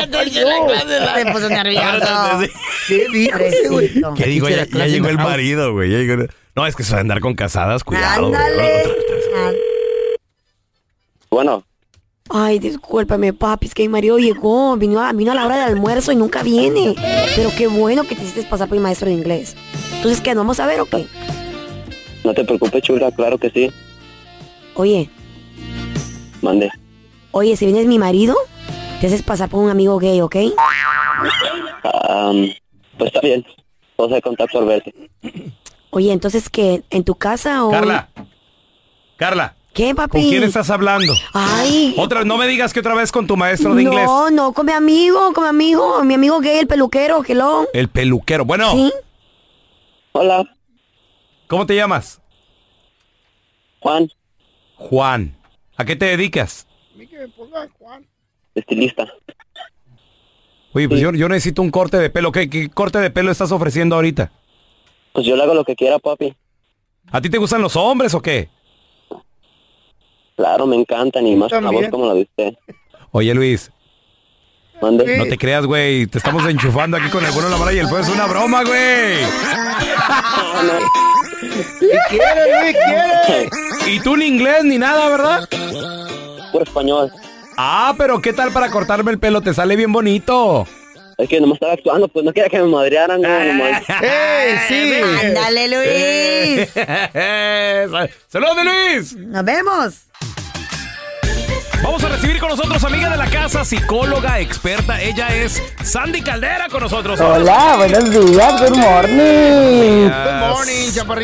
D: Me
C: pues,
D: puso nervioso.
C: ¿Qué dijo ese güey?
B: ¿Qué digo? Ya, ya llegó el marido, güey. ya llegó- No, es que se va a andar con casadas, cuidado. güey.
R: Bueno,
D: Ay, discúlpame, papi, es que mi marido llegó, vino a, vino a la hora del almuerzo y nunca viene. Pero qué bueno que te hiciste pasar por mi maestro de inglés. Entonces, ¿qué? ¿Nos vamos a ver o qué?
R: no te preocupes, chula, claro que sí.
D: Oye,
R: Mande.
D: oye, si vienes mi marido, te haces pasar por un amigo gay, ¿ok?
R: Um, pues está bien. Vamos a contar por verte.
D: Oye, entonces, ¿qué? ¿En tu casa o...?
B: Carla. Carla.
D: ¿Qué, papi?
B: ¿Con quién estás hablando?
D: Ay.
B: Otra, no me digas que otra vez con tu maestro de inglés.
D: No, no, con mi amigo, con mi amigo, mi amigo gay, el peluquero, hello.
B: El peluquero. Bueno.
D: ¿Sí?
R: Hola.
B: ¿Cómo te llamas?
R: Juan.
B: Juan. ¿A qué te dedicas?
R: Estilista.
B: Oye, pues yo, yo necesito un corte de pelo. ¿Qué, qué corte de pelo estás ofreciendo ahorita?
R: Pues yo le hago lo que quiera, papi.
B: ¿A ti te gustan los hombres o qué?
R: Claro, me encantan y más con la voz
B: También.
R: como la de usted.
B: Oye, Luis.
R: Mande.
B: No te creas, güey. Te estamos enchufando aquí con el bueno, la mala y el feo. Es una broma, güey.
C: ¿Qué quiere, Luis? ¿Quiere?
B: Y tú ni inglés ni nada, ¿verdad?
R: Por español.
B: Ah, pero ¿qué tal para cortarme el pelo? Te sale bien bonito.
R: Es que nomás estaba actuando, pues no quería que me madrearan, güey. nomás.
S: Eh.
C: ¡Ey, sí!
D: ¡Ándale,
B: Eh.
D: Luis!
B: ¡Saludos de Luis!
D: ¡Nos vemos!
B: Vamos a recibir con nosotros amiga de la casa, psicóloga experta. Ella es Sandy Caldera con nosotros.
S: Hola, buenos días, good morning.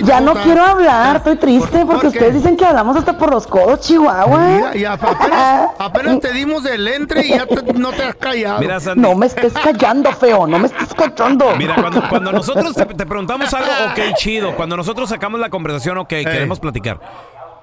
S: Ya no
C: puta.
S: quiero hablar, estoy triste porque ustedes dicen que hablamos hasta por los codos, Chihuahua.
C: Mira, ya apenas, apenas te dimos el entre y ya te- no te has callado.
B: Mira,
S: Ah, No me estés callando, feo, no me estés callando.
B: Mira, cuando, cuando nosotros te, te preguntamos algo, ok, chido. Cuando nosotros sacamos la conversación, ok, queremos platicar.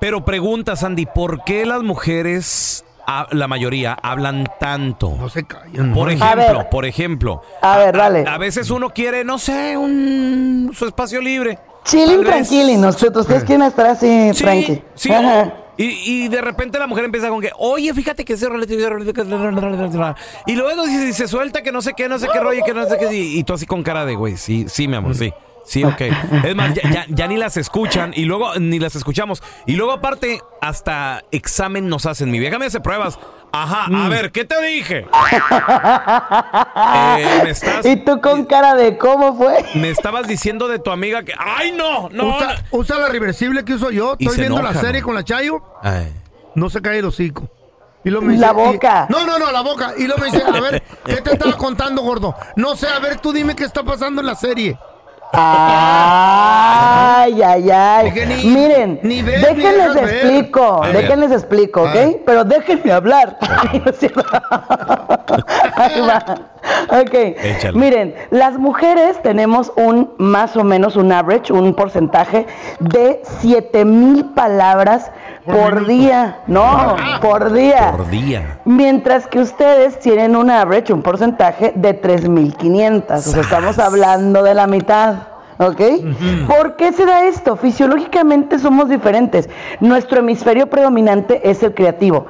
B: Pero pregunta, Sandy, ¿por qué las mujeres, a- la mayoría, hablan tanto? No
C: se callan.
B: Por
S: A
B: ejemplo,
S: ver.
B: por ejemplo.
S: A ver, dale.
B: A veces uno quiere, no sé, un su espacio libre.
S: Chilling,
B: Tal vez-
S: tranquili, nosotros, ustedes quieren estar así, tranqui.
B: Sí,
S: Ajá.
B: y, y de repente la mujer empieza con que, oye, fíjate que ese rollo- Y luego dice, se suelta que no sé qué, no sé qué rollo, que no sé qué. Y, y tú así con cara de, güey, sí, sí, mi amor, sí. Sí, ok. Es más, ya, ya- ya ni las escuchan y luego ni las escuchamos. Y luego aparte, hasta examen nos hacen. Mi vieja me hace pruebas. Ajá, a ver, ¿qué te dije? Eh, me estás...
S: Y tú con cara de cómo fue.
B: Me estabas diciendo de tu amiga que... ¡Ay, no! ¡No!
C: usa, usa la reversible que uso yo.
B: Y
C: Estoy
B: se
C: viendo la
B: enoja,
C: serie
B: ¿no?
C: con la Chayo.
B: Ay.
C: No se cae el hocico. Y lo me
S: La
C: y-
S: boca.
C: no, no, no, la boca. Y luego me dice, a ver, ¿qué te estaba contando, gordo? No sé, a ver, tú dime qué está pasando en la serie.
S: Ah. Ay, ay, ay.
C: Dije, ni-
S: Miren,
C: ni ves,
S: déjenles
C: ni dejas ver.
S: explico,
C: A ver.
S: déjenles explico, ¿ok? Pero déjenme hablar. Ay, no es cierto. Ahí va. Ok.
T: Échale.
S: Miren, las mujeres tenemos un más o menos un average, un porcentaje de 7000 palabras por, día. No,
C: Ah.
S: por día.
B: Por día.
S: Mientras que ustedes tienen un average, un porcentaje de 3.500. O sea, estamos hablando de la mitad. ¿Ok? ¿Por qué se da esto? Fisiológicamente somos diferentes. Nuestro hemisferio predominante es el creativo.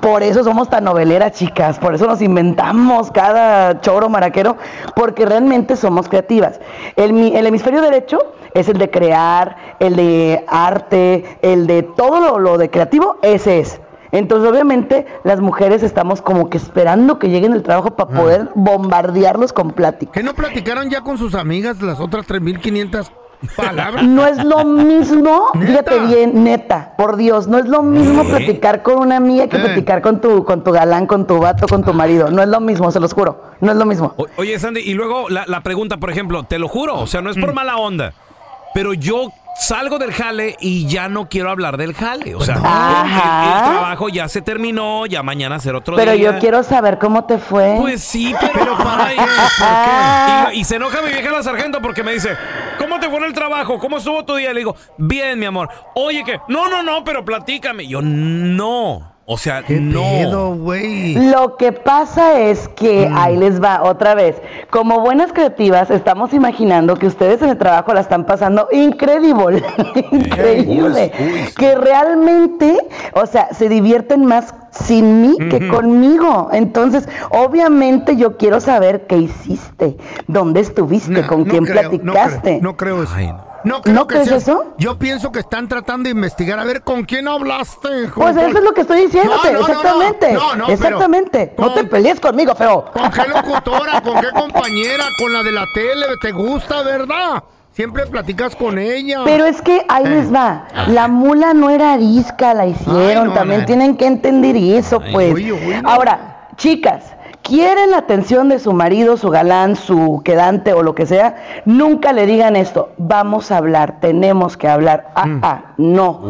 S: Por eso somos tan noveleras, chicas. Por eso nos inventamos cada choro maraquero. Porque realmente somos creativas. El, mi- el hemisferio derecho es el de crear, el de arte, el de todo lo, lo de creativo. Ese es. Entonces, obviamente, las mujeres estamos como que esperando que lleguen el trabajo para poder bombardearlos con plática.
C: ¿Que no platicaron ya con sus amigas las otras 3.500 palabras?
S: No es lo mismo, fíjate bien, neta, por Dios, no es lo mismo platicar con una amiga que platicar con tu, con tu galán, con tu vato, con tu marido. No es lo mismo, se los juro, no es lo mismo.
B: O- Oye, Sandy, y luego la, la pregunta, por ejemplo, te lo juro, o sea, no es
S: Mm.
B: por mala onda, pero yo salgo del jale y ya no quiero hablar del jale. O sea, el- el,
S: Pues Ajá.
B: trabajo ya se terminó, ya mañana será otro
S: Pero
B: día.
S: yo quiero saber cómo te fue.
B: Pues sí, pero para qué? Y, y se enoja mi vieja la sargento porque me dice, ¿cómo te fue en el trabajo? ¿Cómo estuvo tu día? Le digo, bien, mi amor. Oye, que, no, no, no, pero platícame. Yo, no. O sea, no.
S: Lo que pasa es que ahí les va otra vez. Como buenas creativas, estamos imaginando que ustedes en el trabajo la están pasando increíble, increíble, que realmente, o sea, se divierten más sin mí que
U: Ujú.
S: conmigo. Entonces, obviamente yo quiero saber qué hiciste, dónde estuviste, con quién platicaste.
C: No creo eso.
S: ¿No
C: No creo que
S: crees
C: sea-
S: eso?
C: Yo pienso que están tratando de investigar a ver con quién hablaste.
S: Pues eso es lo que estoy diciéndote, exactamente.
C: No, no,
S: exactamente. No te pelees conmigo, feo.
C: ¿Con qué locutora, con qué compañera, con la de la tele? ¿Te gusta, verdad? Siempre platicas con ella.
S: Pero es que ahí les va. La mula no era arisca, la hicieron.
C: no,
S: También
C: no.
S: tienen que entender eso, pues.
C: uy, uy, no.
S: Ahora, chicas. Quieren la atención de su marido, su galán, su quedante o lo que sea, nunca le digan esto, vamos a hablar, tenemos que hablar. Ah,
C: Mm.
S: ah, no.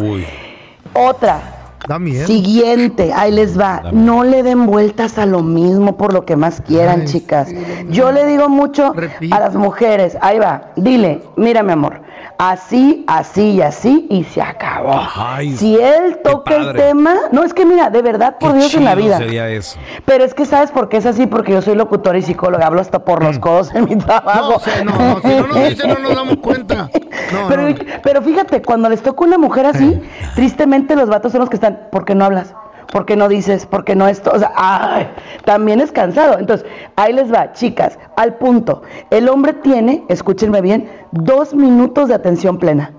S: Otra,
C: Da miedo.
S: Siguiente, ahí les va. No le den vueltas a lo mismo por lo que más quieran, chicas. Yo le digo mucho a las mujeres, ahí va, dile, mira mi amor, así, así y así y se acabó.
B: Ay,
S: si él toca el
B: padre.
S: tema, no es que mira, de verdad, por Dios en la
B: Chido
S: vida.
B: sería eso.
S: Pero es que sabes por qué es así, porque yo soy locutora y psicóloga, hablo hasta por los codos en mi trabajo. pero, pero fíjate, cuando les toca una mujer así, tristemente los vatos son los que están, ¿por qué no hablas? ¿Por qué no dices? ¿Por qué no esto? O sea, ¡ay! también es cansado. Entonces, ahí les va, chicas, al punto. El hombre tiene, escúchenme bien, dos minutos de atención plena.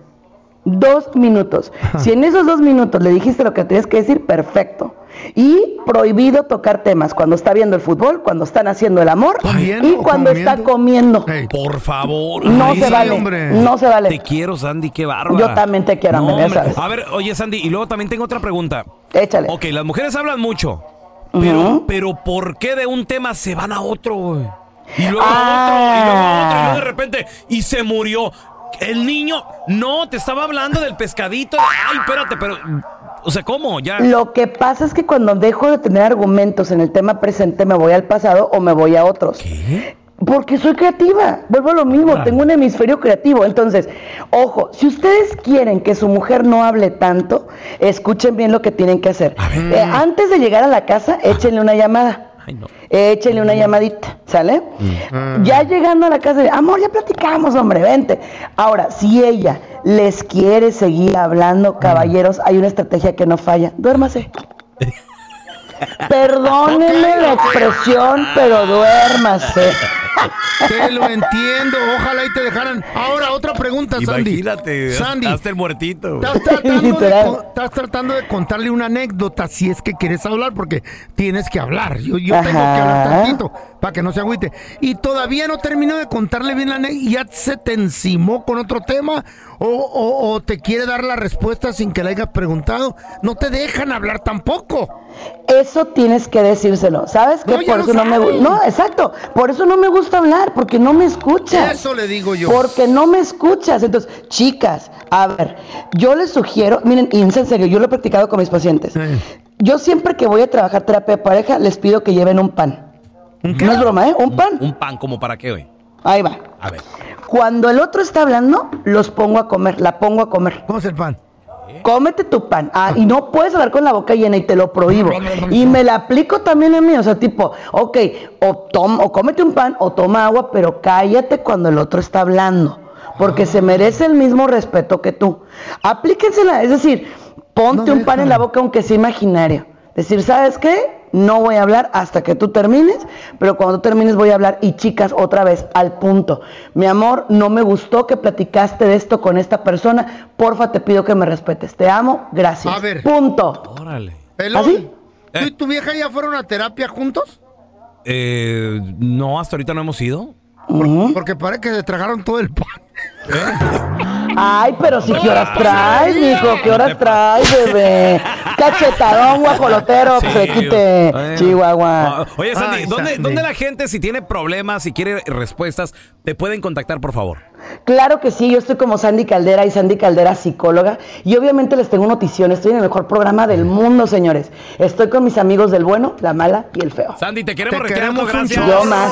S: Dos minutos. Si en esos dos minutos le dijiste lo que tenías que decir, perfecto. Y prohibido tocar temas cuando está viendo el fútbol, cuando están haciendo el amor y cuando está comiendo.
B: Por favor.
S: No se vale, no se vale.
B: Te quiero, Sandy, qué bárbaro.
S: Yo también te quiero, Andrea, sabes.
B: A ver, oye, Sandy, y luego también tengo otra pregunta.
S: Échale.
B: Ok, las mujeres hablan mucho.
S: Ujú.
B: Pero, pero ¿por qué de un tema se van a otro, güey? Y luego a otro, y luego a otro, y luego de repente, y se murió. El niño, no, te estaba hablando del pescadito. Ay, espérate, pero. O sea, ¿cómo? Ya.
S: Lo que pasa es que cuando dejo de tener argumentos en el tema presente, me voy al pasado o me voy a otros. Porque soy creativa, vuelvo a lo mismo, tengo un hemisferio creativo. Entonces, ojo, si ustedes quieren que su mujer no hable tanto, escuchen bien lo que tienen que hacer. Eh, antes de llegar a la casa, échenle una llamada. Échenle una llamadita, ¿sale? Ya llegando a la casa, de, amor, ya platicamos, hombre, vente. Ahora, si ella les quiere seguir hablando, caballeros, hay una estrategia que no falla. Duérmase. Perdónenme la expresión, pero duérmase.
C: Te lo entiendo. Ojalá y te dejaran. Ahora, otra pregunta, Sandy.
B: Imagínate,
C: Sandy.
B: hasta el muertito.
C: Estás tratando, de, co- estás tratando de contarle una anécdota si es que quieres hablar, porque tienes que hablar. Yo, yo tengo que hablar
S: Ajá.
C: tantito para que no se agüite. Y todavía no termino de contarle bien la anécdota. ¿Ya se te encimó con otro tema? O, o- o te quiere dar la respuesta sin que la hayas preguntado? No te dejan hablar tampoco.
S: Eso tienes que decírselo. ¿Sabes qué?
C: No, ya
S: por
C: lo
S: eso no me gu-
C: saben.
S: No, exacto. Por eso no me gusta hablar, porque no me escuchas.
C: Eso le digo yo.
S: Porque no me escuchas. Entonces, chicas, a ver, yo les sugiero, miren, y en serio, yo lo he practicado con mis pacientes. Yo siempre que voy a trabajar terapia de pareja, les pido que lleven un pan. No es broma, ¿eh? Un pan.
B: Un pan, ¿como para qué, güey?
S: Ahí va.
B: A ver.
S: Cuando el otro está hablando, los pongo a comer, la pongo a comer.
C: ¿Cómo es el pan?
B: ¿Eh?
S: Cómete tu pan. Ah, y no puedes hablar con la boca llena y te lo prohíbo. Y me la aplico también a mí. O sea, tipo, ok, o, tom- o cómete un pan o toma agua, pero cállate cuando el otro está hablando. Porque se merece el mismo respeto que tú. Aplíquensela. Es decir, ponte un pan en la boca aunque sea imaginario. Decir, ¿sabes qué? No voy a hablar hasta que tú termines, pero cuando tú termines voy a hablar y chicas otra vez al punto. Mi amor, no me gustó que platicaste de esto con esta persona. Porfa, te pido que me respetes. Te amo. Gracias. Punto.
B: Órale.
C: Pelón, ¿tú y tu vieja ya fueron a terapia juntos?
B: Eh, no, hasta ahorita no hemos ido.
C: Porque parece que se tragaron todo el pan.
S: Ay, pero si qué horas traes, mijo, qué horas traes, bebé. Cachetadón, guajolotero, que se
B: Sí,
S: quite.
B: bueno.
S: pues, Chihuahua.
B: Ah, Oye, Sandy,
S: Ay,
B: ¿dónde,
S: Sandy.
B: dónde la gente, si tiene problemas, si quiere respuestas, te pueden contactar, por favor?
S: Claro que sí, yo estoy como Sandy Caldera y Sandy Caldera psicóloga y obviamente les tengo notición, estoy en el mejor programa del mundo, señores. Estoy con mis amigos del bueno, la mala y el feo.
B: Sandy, te queremos,
S: Te
B: requeremos,
S: queremos un
B: gracias.
S: chorro. Yo más.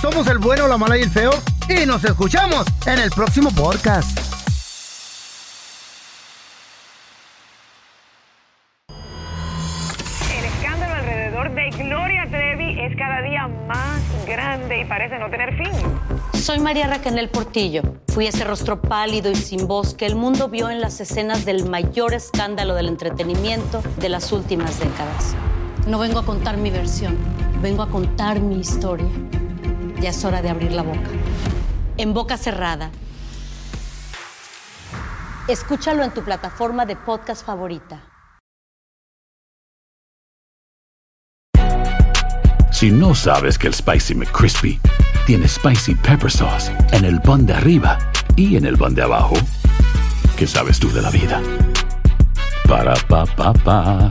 C: Somos el bueno, la mala y el feo. Y nos escuchamos en el próximo podcast.
U: El escándalo alrededor de Gloria Trevi es cada día más grande y parece no tener fin.
T: Soy María Raquel Portillo. Fui ese rostro pálido y sin voz que el mundo vio en las escenas del mayor escándalo del entretenimiento de las últimas décadas. No vengo a contar mi versión, vengo a contar mi historia. Ya es hora de abrir la boca. En boca cerrada. Escúchalo en tu plataforma de podcast favorita.
I: Si no sabes que el Spicy McCrispy tiene Spicy Pepper Sauce en el pan de arriba y en el pan de abajo, ¿qué sabes tú de la vida? Para, pa, pa, pa.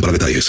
A: para detalles.